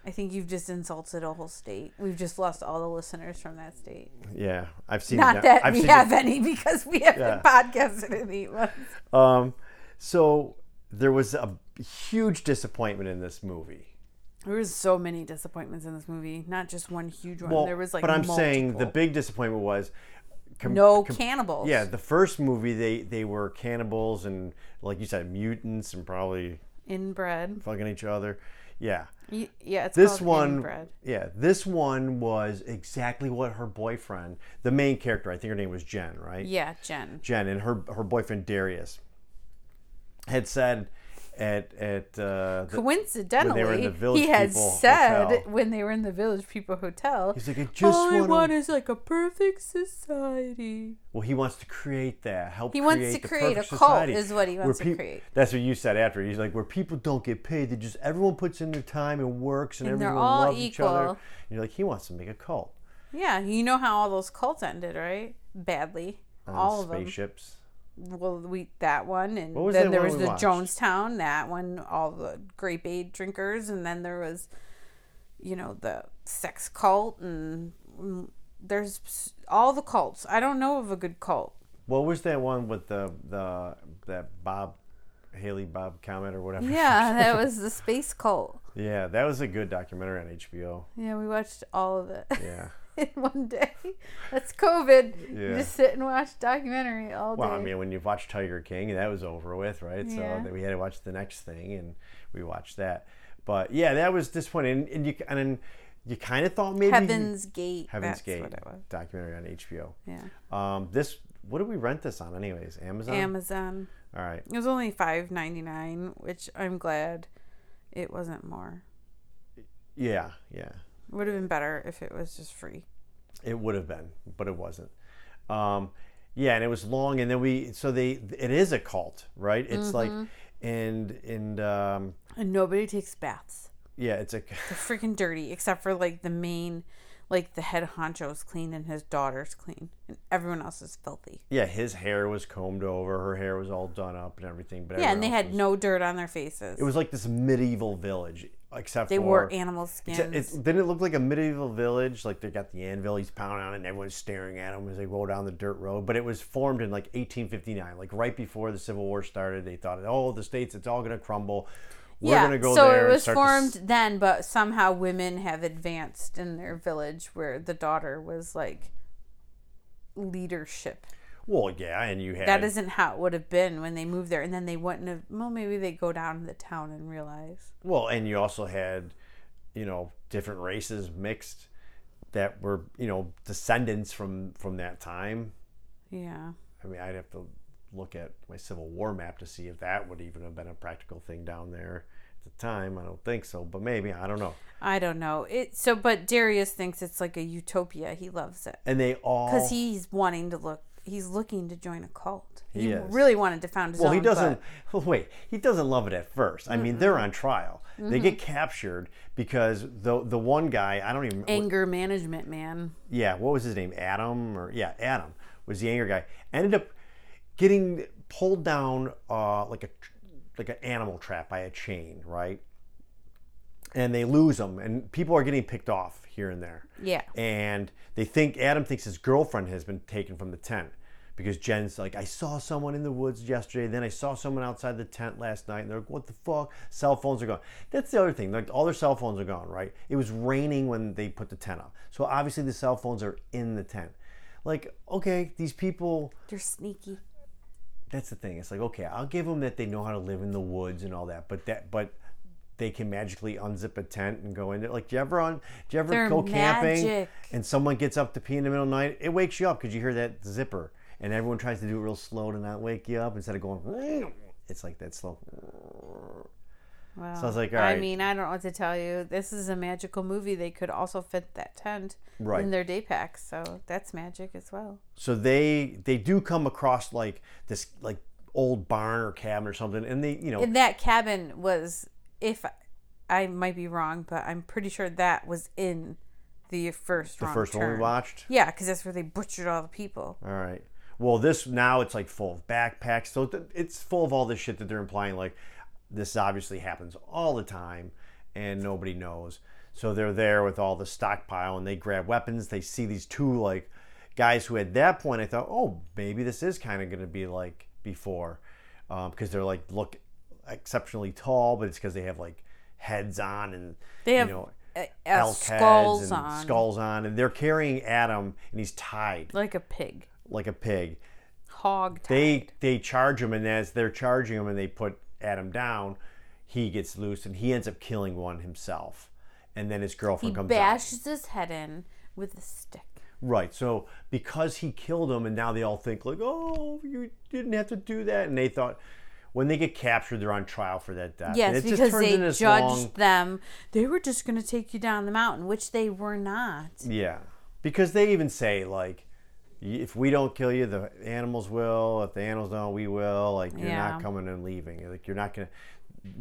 Speaker 3: I think you've just insulted a whole state. We've just lost all the listeners from that state.
Speaker 2: Yeah, I've seen. it
Speaker 3: Not
Speaker 2: now-
Speaker 3: that
Speaker 2: I've
Speaker 3: we
Speaker 2: seen
Speaker 3: have any because we haven't
Speaker 2: Yeah.
Speaker 3: podcasted in eight months.
Speaker 2: It. Um, so there was a huge disappointment in this movie.
Speaker 3: There was so many disappointments in this movie, not just one huge one.
Speaker 2: Well,
Speaker 3: there was like,
Speaker 2: but I'm saying the
Speaker 3: multiple.
Speaker 2: big disappointment was com-
Speaker 3: no
Speaker 2: com-
Speaker 3: cannibals.
Speaker 2: Yeah, the first movie they they were cannibals and like you said mutants and probably
Speaker 3: inbred.
Speaker 2: fucking each other. Yeah.
Speaker 3: Y- Yeah, it's
Speaker 2: This
Speaker 3: called
Speaker 2: one
Speaker 3: inbred.
Speaker 2: Yeah, this one was exactly what her boyfriend, the main character, I think her name was Jen, right?
Speaker 3: Yeah, Jen.
Speaker 2: Jen and her her boyfriend Darius had said at at uh, the,
Speaker 3: Coincidentally,
Speaker 2: Village
Speaker 3: he had
Speaker 2: People
Speaker 3: said
Speaker 2: Hotel.
Speaker 3: when they were in the Village People Hotel,
Speaker 2: he's like I just
Speaker 3: all I
Speaker 2: want,
Speaker 3: want is like a perfect society.
Speaker 2: well he wants to create that help
Speaker 3: He wants to
Speaker 2: the
Speaker 3: create a
Speaker 2: perfect
Speaker 3: cult
Speaker 2: society
Speaker 3: is what he
Speaker 2: where
Speaker 3: wants to
Speaker 2: peop-
Speaker 3: create.
Speaker 2: that's what you said after he's like where people don't get paid they just everyone puts in their time and works and,
Speaker 3: And they're
Speaker 2: everyone
Speaker 3: all
Speaker 2: loves each other
Speaker 3: equal.
Speaker 2: and you're like he wants to make a cult
Speaker 3: Yeah, you know how all those cults ended, right? Badly.
Speaker 2: on
Speaker 3: all of them.
Speaker 2: spaceships
Speaker 3: Well, we that one, and
Speaker 2: was
Speaker 3: then
Speaker 2: that
Speaker 3: there
Speaker 2: one
Speaker 3: was
Speaker 2: we
Speaker 3: the
Speaker 2: watched?
Speaker 3: Jonestown, that one, all the grape aid drinkers, and then there was, you know, the sex cult, and mm, there's s- all the cults. I don't know of a good cult.
Speaker 2: what was that one with the the that Bob Haley Bob comment or whatever
Speaker 3: Yeah, that was the space cult.
Speaker 2: yeah that was a good documentary on HBO
Speaker 3: Yeah, we watched all of it
Speaker 2: yeah.
Speaker 3: in one day. That's COVID. You
Speaker 2: Yeah.
Speaker 3: just sit and watch documentary all day.
Speaker 2: Well, I mean, when you watch Tiger King, that was over with, right?
Speaker 3: Yeah.
Speaker 2: So then we had to watch the next thing, and we watched that. But yeah, that was disappointing. And, and you and then you kind of thought maybe
Speaker 3: Heaven's Gate.
Speaker 2: Heaven's
Speaker 3: that's
Speaker 2: Gate
Speaker 3: What it was.
Speaker 2: documentary on HBO.
Speaker 3: Yeah.
Speaker 2: Um, this what did we rent this on, anyways? Amazon.
Speaker 3: Amazon.
Speaker 2: All right.
Speaker 3: It was only five ninety nine, which I'm glad it wasn't more.
Speaker 2: Yeah, yeah.
Speaker 3: It would have been better if it was just free.
Speaker 2: It would have been, but it wasn't. Um, yeah, and it was long, and then we so they it is a cult, right? It's like
Speaker 3: Mm-hmm.
Speaker 2: and and um,
Speaker 3: And nobody takes baths.
Speaker 2: yeah, it's a
Speaker 3: They're freaking dirty, except for like the main, like the head honcho's clean and his daughter's clean, and everyone else is filthy.
Speaker 2: Yeah, his hair was combed over. Her hair was all done up and everything. But
Speaker 3: Yeah, and they
Speaker 2: everyone else
Speaker 3: had
Speaker 2: was-
Speaker 3: no dirt on their faces.
Speaker 2: It was like this medieval village, except
Speaker 3: they
Speaker 2: for,
Speaker 3: wore animal
Speaker 2: Except
Speaker 3: skins.
Speaker 2: It, didn't it look like a medieval village? Like they got the anvil, he's pounding on it, and everyone's staring at him as they roll down the dirt road. But it was formed in like 1859, like right before the Civil War started. They thought, oh, the states, it's all gonna crumble. We're
Speaker 3: yeah,
Speaker 2: gonna go
Speaker 3: so
Speaker 2: there.
Speaker 3: it was
Speaker 2: and start to s-
Speaker 3: formed then, but somehow women have advanced in their village where the daughter was like leadership.
Speaker 2: well, yeah, and you had
Speaker 3: that isn't how it would have been when they moved there and then they wouldn't have well maybe they go down to the town and realize
Speaker 2: Well, and you also had, you know, different races mixed that were, you know, descendants from from that time.
Speaker 3: Yeah.
Speaker 2: I mean, I'd have to look at my Civil War map to see if that would even have been a practical thing down there at the time. I don't think so, but maybe I don't know.
Speaker 3: I don't know. It so but Darius thinks it's like a utopia. He loves it.
Speaker 2: And they all
Speaker 3: Cuz he's wanting to look he's looking to join a cult. He,
Speaker 2: He is.
Speaker 3: really wanted to found his
Speaker 2: Well,
Speaker 3: own.
Speaker 2: he doesn't.
Speaker 3: but-
Speaker 2: wait, he doesn't love it at 1st I mean, they're on trial. They get captured because the the one guy I don't even.
Speaker 3: anger management, man.
Speaker 2: yeah, what was his name? Adam or yeah, Adam was the anger guy. Ended up getting pulled down uh, like a like an animal trap by a chain, right? And they lose him, and people are getting picked off here and there.
Speaker 3: Yeah.
Speaker 2: And they think Adam thinks his girlfriend has been taken from the tent because Jen's like, I saw someone in the woods yesterday, then I saw someone outside the tent last night, and they're like, what the fuck? Cell phones are gone. That's the other thing. Like all their cell phones are gone, right? It was raining when they put the tent up, so obviously the cell phones are in the tent. Like, okay, these people
Speaker 3: They're sneaky.
Speaker 2: that's the thing. It's like okay, I'll give them that they know how to live in the woods and all that, but that but they can magically unzip a tent and go in there. Like, do you ever on? Do you ever
Speaker 3: They're
Speaker 2: go camping
Speaker 3: magic.
Speaker 2: and someone gets up to pee in the middle of the night? It wakes you up because you hear that zipper, and everyone tries to do it real slow to not wake you up instead of going. It's like that slow.
Speaker 3: Wow.
Speaker 2: Sounds like,
Speaker 3: I
Speaker 2: alright.
Speaker 3: mean, I don't know what to tell you. This is a magical movie. They could also fit that tent
Speaker 2: Right.
Speaker 3: in their day pack, so that's magic as well.
Speaker 2: so they they do come across like this like old barn or cabin or something, and they you know
Speaker 3: And that cabin was, if I might be wrong, but I'm pretty sure that was in the first
Speaker 2: the first one we watched.
Speaker 3: Yeah, because that's where they butchered all the people.
Speaker 2: All right. Well, this now it's like full of backpacks. So th- it's full of all this shit that they're implying. Like, this obviously happens all the time and nobody knows. So they're there with all the stockpile and they grab weapons. They see these two, like, guys who at that point I thought, oh, maybe this is kind of going to be like before. Because they're like, look exceptionally tall, but it's because they have like heads on and,
Speaker 3: They have
Speaker 2: you know,
Speaker 3: uh, uh,
Speaker 2: elk
Speaker 3: skulls
Speaker 2: heads and
Speaker 3: on,
Speaker 2: skulls on. And they're carrying Adam and he's tied
Speaker 3: like a pig,
Speaker 2: like a pig
Speaker 3: hog. Tied.
Speaker 2: they they charge him and as they're charging him and they put Adam down, he gets loose and he ends up killing one himself. And then his
Speaker 3: he
Speaker 2: girlfriend comes out.
Speaker 3: bashes his head in with a stick.
Speaker 2: Right. So because he killed him and now they all think like, "Oh, you didn't have to do that." And they thought when they get captured, they're on trial for that death. and
Speaker 3: Yes,
Speaker 2: it
Speaker 3: because
Speaker 2: turns
Speaker 3: they
Speaker 2: into this
Speaker 3: judged them. They were just going to take you down the mountain, which they were not.
Speaker 2: Yeah, because they even say like, y- if we don't kill you, the animals will. If the animals don't, we will. Like you're
Speaker 3: Yeah.
Speaker 2: not coming and leaving. Like you're not gonna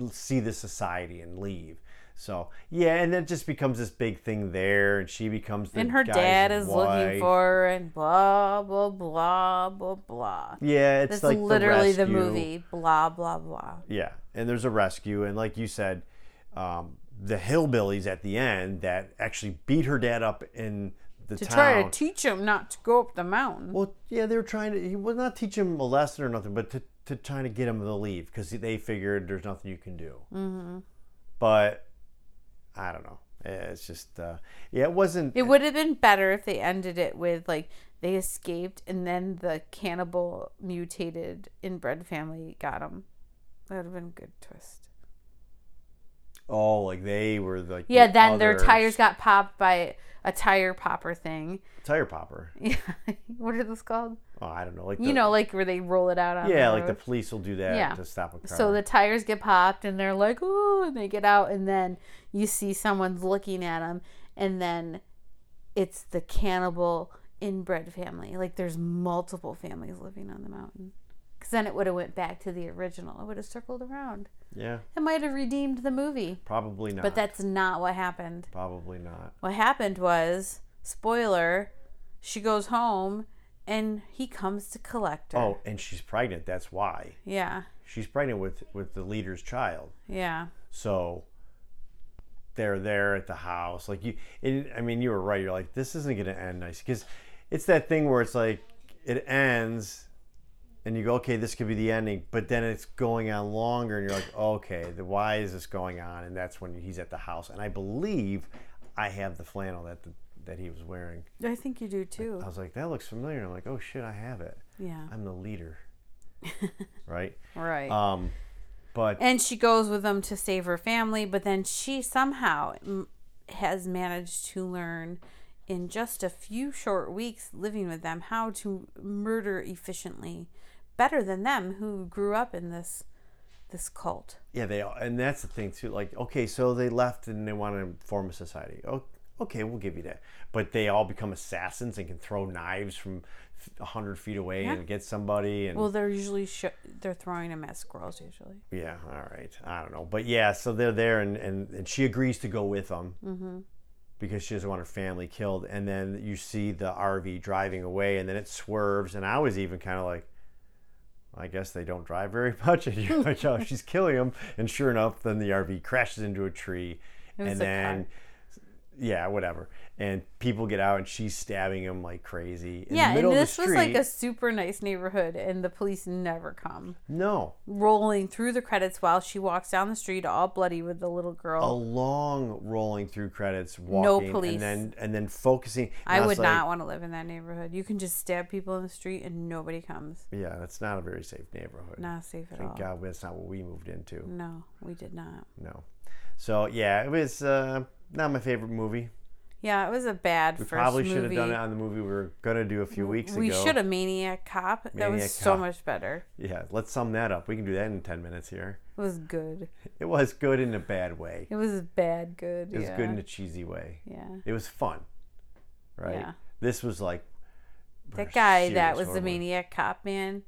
Speaker 2: l- see the society and leave. So yeah, and then it just becomes this big thing there, and she becomes the
Speaker 3: And her
Speaker 2: guy's
Speaker 3: dad is looking
Speaker 2: wife.
Speaker 3: for her, and blah blah blah blah blah.
Speaker 2: Yeah, it's
Speaker 3: That's
Speaker 2: like
Speaker 3: literally the,
Speaker 2: rescue.
Speaker 3: movie. Blah blah blah.
Speaker 2: Yeah, and there's a rescue, and like you said, um, the hillbillies at the end that actually beat her dad up in the
Speaker 3: To
Speaker 2: town.
Speaker 3: try to teach him not to go up the mountain.
Speaker 2: Well, yeah, they were trying to. He was not teach him a lesson or nothing, but to, to trying to get him to leave because they figured there's nothing you can do. Mm-hmm. But I don't know. Eh, It's just uh, yeah, it wasn't.
Speaker 3: It would have been better if they ended it with like they escaped and then the cannibal mutated inbred family got them. That would have been a good twist.
Speaker 2: oh, like they were like
Speaker 3: Yeah,
Speaker 2: the
Speaker 3: then their
Speaker 2: other
Speaker 3: tires got popped by a tire popper thing.
Speaker 2: tire popper.
Speaker 3: Yeah. what are those called?
Speaker 2: Oh, I don't know. Like
Speaker 3: You
Speaker 2: the-
Speaker 3: know, like where they roll it out on
Speaker 2: yeah,
Speaker 3: the
Speaker 2: like the
Speaker 3: road.
Speaker 2: police will do that
Speaker 3: Yeah.
Speaker 2: to stop a car.
Speaker 3: So the tires get popped and they're like, "Ooh," and they get out and then you see someone's looking at them and then it's the cannibal inbred family. Like there's multiple families living on the mountain. Cuz then it would have went back to the original. It would have circled around.
Speaker 2: yeah,
Speaker 3: It might have redeemed the movie.
Speaker 2: probably not.
Speaker 3: But that's not what happened.
Speaker 2: probably not.
Speaker 3: What happened was, spoiler, she goes home and he comes to collect her.
Speaker 2: Oh, and she's pregnant. That's why
Speaker 3: Yeah.
Speaker 2: she's pregnant with with the leader's child.
Speaker 3: Yeah.
Speaker 2: So they're there at the house. Like you, and, I mean, you were right. You're like, this isn't going to end nice because it's that thing where it's like it ends, and you go, okay, this could be the ending, but then it's going on longer, and you're like, okay, the why is this going on? And that's when he's at the house, and I believe I have the flannel that the, that he was wearing.
Speaker 3: I think you do
Speaker 2: I
Speaker 3: too.
Speaker 2: was like, that looks familiar. I'm like, oh shit, I have it.
Speaker 3: Yeah.
Speaker 2: I'm the leader, right?
Speaker 3: Right.
Speaker 2: Um, but
Speaker 3: and she goes with them to save her family, but then she somehow m- has managed to learn in just a few short weeks living with them how to murder efficiently, better than them who grew up in this this cult.
Speaker 2: Yeah, they all, and that's the thing too. Like, okay, so they left and they want to form a society. Oh, okay, we'll give you that. But they all become assassins and can throw knives from a hundred feet away and get somebody. And
Speaker 3: Well, they're usually sh- they're throwing them at squirrels usually.
Speaker 2: yeah, all right, I don't know, but yeah, so they're there, and and, and she agrees to go with them
Speaker 3: Mm-hmm.
Speaker 2: because she doesn't want her family killed. And then you see the RV driving away, and then it swerves, and I was even kind of like. I guess they don't drive very much, and you're like, "Oh, she's killing them!" And sure enough, then the RV crashes into a tree, and
Speaker 3: was a car.
Speaker 2: then yeah, whatever. And people get out, and she's stabbing him like crazy. In
Speaker 3: yeah,
Speaker 2: the
Speaker 3: and
Speaker 2: middle
Speaker 3: this
Speaker 2: of
Speaker 3: was
Speaker 2: the
Speaker 3: like
Speaker 2: street.
Speaker 3: a super nice neighborhood, and the police never come.
Speaker 2: no,
Speaker 3: Rolling through the credits while she walks down the street, all bloody with the little girl.
Speaker 2: a long rolling through credits, walking,
Speaker 3: police.
Speaker 2: and then and then focusing. and
Speaker 3: I
Speaker 2: was
Speaker 3: would
Speaker 2: like,
Speaker 3: not want to live in that neighborhood. You can just stab people in the street and nobody comes.
Speaker 2: Yeah, that's not a very safe neighborhood.
Speaker 3: Not safe at all. Mm.
Speaker 2: Thank God that's not what we moved into.
Speaker 3: No, we did not.
Speaker 2: No, so yeah, it was uh, not my favorite movie.
Speaker 3: Yeah, it was a bad
Speaker 2: We
Speaker 3: first
Speaker 2: probably
Speaker 3: movie. Mm,
Speaker 2: should have done it on the movie we were gonna do a few weeks
Speaker 3: we
Speaker 2: ago.
Speaker 3: should have Maniac Cop. that
Speaker 2: Maniac
Speaker 3: was so
Speaker 2: Cop.
Speaker 3: much better.
Speaker 2: Yeah, let's sum that up. We can do that in ten minutes here.
Speaker 3: It was good.
Speaker 2: It was good in a bad way.
Speaker 3: It was bad good.
Speaker 2: It was
Speaker 3: yeah.
Speaker 2: good in a cheesy way.
Speaker 3: yeah.
Speaker 2: It was fun, right?
Speaker 3: Yeah.
Speaker 2: This was like we're
Speaker 3: That guy
Speaker 2: serious
Speaker 3: that was the
Speaker 2: horror movie.
Speaker 3: Maniac Cop man,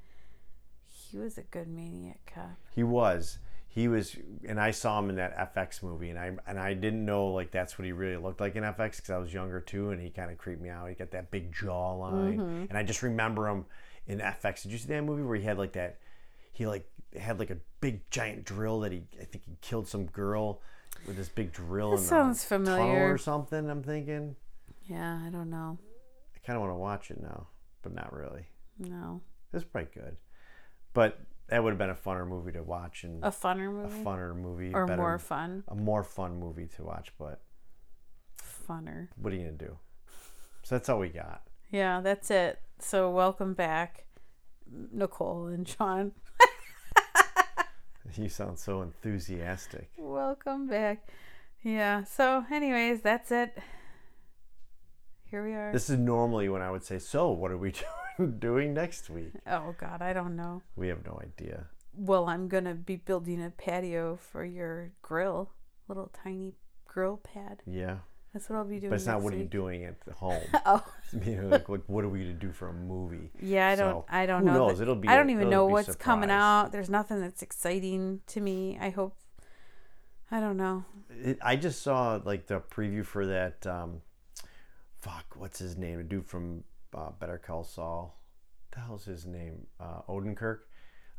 Speaker 3: he was a good Maniac Cop.
Speaker 2: He was. He was, and I saw him in that FX movie, and I and I didn't know like that's what he really looked like in FX because I was younger too, and he kind of creeped me out. He got that big jawline,
Speaker 3: Mm-hmm.
Speaker 2: and I just remember him in FX. Did you see that movie where he had like that? He like had like a big giant drill that he I think he killed some girl with this big drill. in the
Speaker 3: sounds
Speaker 2: Tunnel
Speaker 3: familiar.
Speaker 2: or something. I'm thinking.
Speaker 3: Yeah, I don't know.
Speaker 2: I kind of want to watch it now, but not really.
Speaker 3: No.
Speaker 2: It's pretty good, but that would have been a funner movie to watch and
Speaker 3: A funner
Speaker 2: a
Speaker 3: movie?
Speaker 2: funner movie
Speaker 3: or
Speaker 2: better-
Speaker 3: more fun?
Speaker 2: a more fun movie to watch, but
Speaker 3: Funner.
Speaker 2: what are you gonna do? So that's all we got.
Speaker 3: Yeah, that's it. So welcome back, Nicole and John.
Speaker 2: You sound so enthusiastic.
Speaker 3: Welcome back. Yeah. So, anyways, that's it. Here we are.
Speaker 2: This is normally when I would say, "So, what are we doing- doing next week?"
Speaker 3: oh God, I don't know.
Speaker 2: We have no idea.
Speaker 3: Well, I'm gonna be building a patio for your grill, little tiny grill pad.
Speaker 2: Yeah,
Speaker 3: That's what I'll be doing.
Speaker 2: but it's not
Speaker 3: next
Speaker 2: what are you
Speaker 3: week.
Speaker 2: doing at home.
Speaker 3: Oh,
Speaker 2: you know, like, like, what are we gonna do for a movie?
Speaker 3: yeah. I don't.
Speaker 2: So,
Speaker 3: I don't
Speaker 2: who
Speaker 3: know.
Speaker 2: knows?
Speaker 3: that-
Speaker 2: It'll be
Speaker 3: I
Speaker 2: a-
Speaker 3: don't even
Speaker 2: it'll
Speaker 3: know
Speaker 2: be
Speaker 3: what's coming
Speaker 2: surprise.
Speaker 3: out. There's nothing that's exciting to me. I hope. I don't know.
Speaker 2: It, I just saw like the preview for that. Um, fuck, what's his name? A dude from uh, Better Call Saul. The hell's his name? Uh, Odenkirk.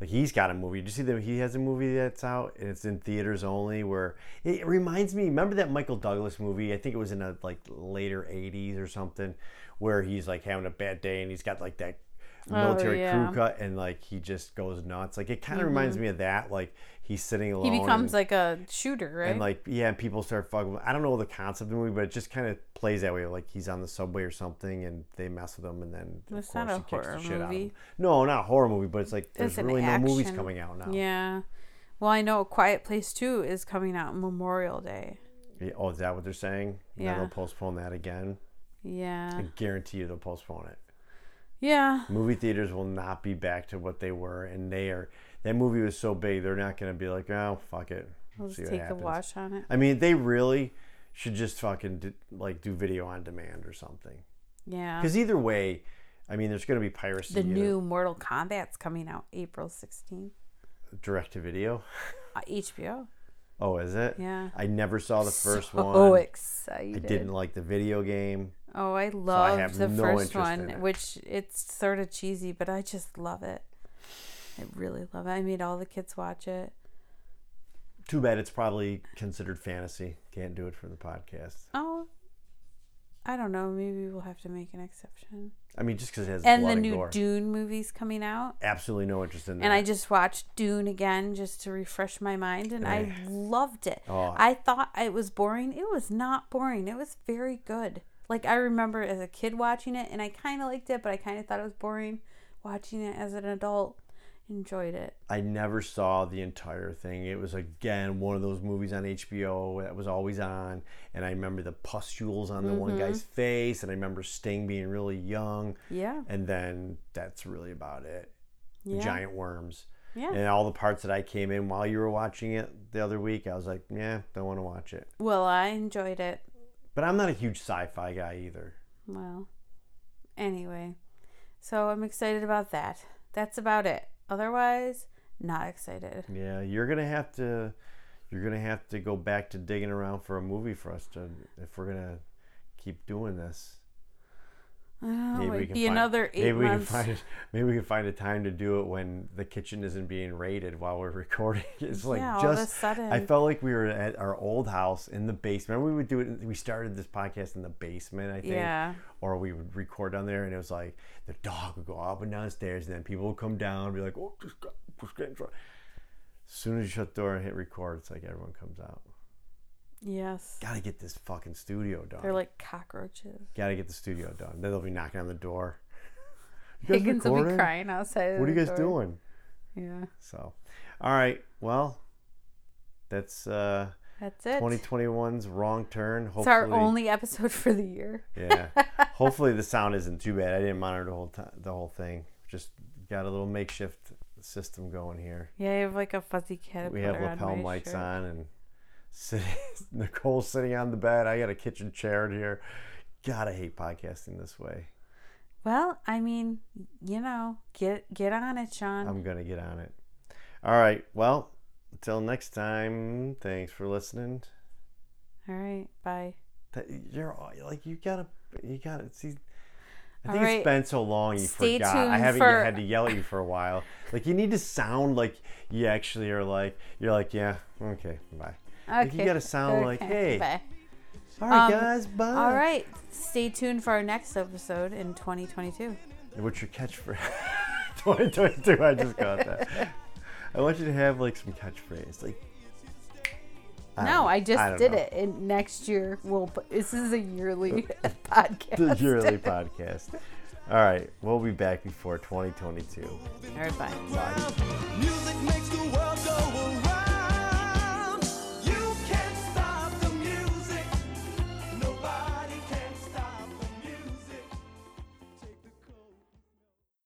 Speaker 2: Like he's got a movie. Did you see that he has a movie that's out and it's in theaters only? Where it reminds me. Remember that Michael Douglas movie? I think it was in a like later '80s or something, where he's like having a bad day and he's got like that military
Speaker 3: Oh, yeah. Mm-hmm.
Speaker 2: crew cut and like he just goes nuts. Like it kind of reminds me of that. Like he's sitting alone.
Speaker 3: He
Speaker 2: and-
Speaker 3: becomes like a shooter, right?
Speaker 2: and like yeah people start fucking with, i don't know the concept of the movie but it just kind of plays that way like he's on the subway or something and they mess with him and then of
Speaker 3: It's
Speaker 2: course
Speaker 3: not a
Speaker 2: he kicks
Speaker 3: horror
Speaker 2: the shit out of
Speaker 3: movie.
Speaker 2: him no not a horror movie but it's like there's
Speaker 3: an
Speaker 2: really no movies
Speaker 3: action.
Speaker 2: coming out now
Speaker 3: Yeah. Well, I know Quiet Place 2 is coming out Memorial Day.
Speaker 2: Yeah, oh is that what they're saying And then
Speaker 3: Yeah.
Speaker 2: they'll postpone that again
Speaker 3: Yeah.
Speaker 2: i guarantee you they'll postpone it
Speaker 3: Yeah.
Speaker 2: movie theaters will not be back to what they were and they are that movie was so big they're not going to be like oh fuck it
Speaker 3: We'll just take a watch on it.
Speaker 2: i mean they really should just fucking do, like do video on demand or something
Speaker 3: Yeah.
Speaker 2: Because either way, I mean, there's going to be piracy.
Speaker 3: The
Speaker 2: you know,
Speaker 3: new Mortal Kombat's coming out April 16th.
Speaker 2: direct to video.
Speaker 3: Uh, HBO.
Speaker 2: Oh, is it?
Speaker 3: Yeah.
Speaker 2: I never saw the first
Speaker 3: so oh,
Speaker 2: one. I
Speaker 3: excited.
Speaker 2: didn't like the video game.
Speaker 3: Oh, I loved
Speaker 2: have
Speaker 3: the
Speaker 2: no
Speaker 3: first
Speaker 2: interest in
Speaker 3: one,
Speaker 2: it.
Speaker 3: which it's sort of cheesy, but I just love it. I really love it. I made all the kids watch it.
Speaker 2: Too bad it's probably considered fantasy. Can't do it for the podcast.
Speaker 3: Oh, I don't know. Maybe we'll have to make an exception.
Speaker 2: I mean, just because it has
Speaker 3: And
Speaker 2: blood
Speaker 3: the
Speaker 2: and
Speaker 3: new
Speaker 2: gore.
Speaker 3: Dune movie's coming out.
Speaker 2: Absolutely no interest in that.
Speaker 3: and I just watched Dune again just to refresh my mind, and I
Speaker 2: Yeah.
Speaker 3: loved it.
Speaker 2: Eh. Oh.
Speaker 3: I thought it was boring. It was not boring. It was very good. Like I remember as a kid watching it, and I kind of liked it, but I kind of thought it was boring watching it as an adult. enjoyed it.
Speaker 2: I never saw the entire thing. It was again one of those movies on HBO that was always on, and I remember the pustules on the
Speaker 3: Mm-hmm.
Speaker 2: one guy's face, and I remember Sting being really young,
Speaker 3: Yeah.
Speaker 2: and then that's really about it. The
Speaker 3: Yeah.
Speaker 2: Giant worms.
Speaker 3: Yeah.
Speaker 2: And all the parts that I came in while you were watching it the other week, I was like, yeah, don't want to watch it.
Speaker 3: Well, I enjoyed it.
Speaker 2: But I'm not a huge sci-fi guy either.
Speaker 3: Well, anyway, so I'm excited about that. That's about it. Otherwise, not excited.
Speaker 2: Yeah, you're gonna have to, you're gonna have to go back to digging around for a movie for us to, if we're gonna keep doing this.
Speaker 3: I don't know.
Speaker 2: Maybe we
Speaker 3: It'd
Speaker 2: can
Speaker 3: Uh, be
Speaker 2: find-
Speaker 3: another eight
Speaker 2: maybe
Speaker 3: months.
Speaker 2: We can find, maybe we can find a time to do it when the kitchen isn't being raided while we're recording. It's like
Speaker 3: Yeah, all
Speaker 2: just
Speaker 3: of a sudden.
Speaker 2: I felt like we were at our old house in the basement. Remember we would do it. We started this podcast in the basement, I think.
Speaker 3: Yeah.
Speaker 2: Or we would record down there, and it was like the dog would go up and downstairs, and then people would come down and be like, "Oh, just got, just getting drunk." As soon as you shut the door and hit record, it's like everyone comes out.
Speaker 3: yes.
Speaker 2: Gotta get this fucking studio done.
Speaker 3: They're like cockroaches.
Speaker 2: Gotta get the studio done. Then they'll be knocking on the door. You guys
Speaker 3: Higgins will be
Speaker 2: recording?
Speaker 3: crying outside. of
Speaker 2: What are you
Speaker 3: the
Speaker 2: guys
Speaker 3: door.
Speaker 2: doing?
Speaker 3: Yeah.
Speaker 2: So, all right. Well, that's uh,
Speaker 3: That's it.
Speaker 2: 2021's wrong turn. Hopefully,
Speaker 3: It's our only episode for the year.
Speaker 2: yeah. Hopefully, the sound isn't too bad. I didn't monitor the whole time, the whole thing. Just got a little makeshift system going here.
Speaker 3: Yeah, I have like a fuzzy caterpillar.
Speaker 2: We have lapel
Speaker 3: on my
Speaker 2: mics
Speaker 3: shirt.
Speaker 2: on, and sitting, Nicole's sitting on the bed. I got a kitchen chair in here. God, I hate podcasting this way.
Speaker 3: Well, I mean, you know, get get on it, Sean.
Speaker 2: I'm gonna get on it. All right. Well, until next time. Thanks for listening.
Speaker 3: All right, bye.
Speaker 2: that you're all- like you gotta you gotta see I
Speaker 3: All
Speaker 2: think
Speaker 3: right.
Speaker 2: it's been so long you
Speaker 3: Stay
Speaker 2: forgot. I
Speaker 3: tuned
Speaker 2: haven't
Speaker 3: for-
Speaker 2: had to yell at you for a while. Like you need to sound like you actually are like you're like, yeah, okay, bye. Like, you gotta sound like, hey,
Speaker 3: Okay, bye.
Speaker 2: all right
Speaker 3: Um,
Speaker 2: guys, bye.
Speaker 3: All right, stay tuned for our next episode in 2022.
Speaker 2: What's your catchphrase? 2022, I just got that. I want you to have like some catchphrase. Like don't
Speaker 3: no,
Speaker 2: know.
Speaker 3: I just
Speaker 2: don't
Speaker 3: did
Speaker 2: know.
Speaker 3: it. And next year, we'll. put- This is a yearly podcast.
Speaker 2: The yearly podcast. All right, we'll be back before 2022.
Speaker 3: All right, bye.
Speaker 4: Music makes the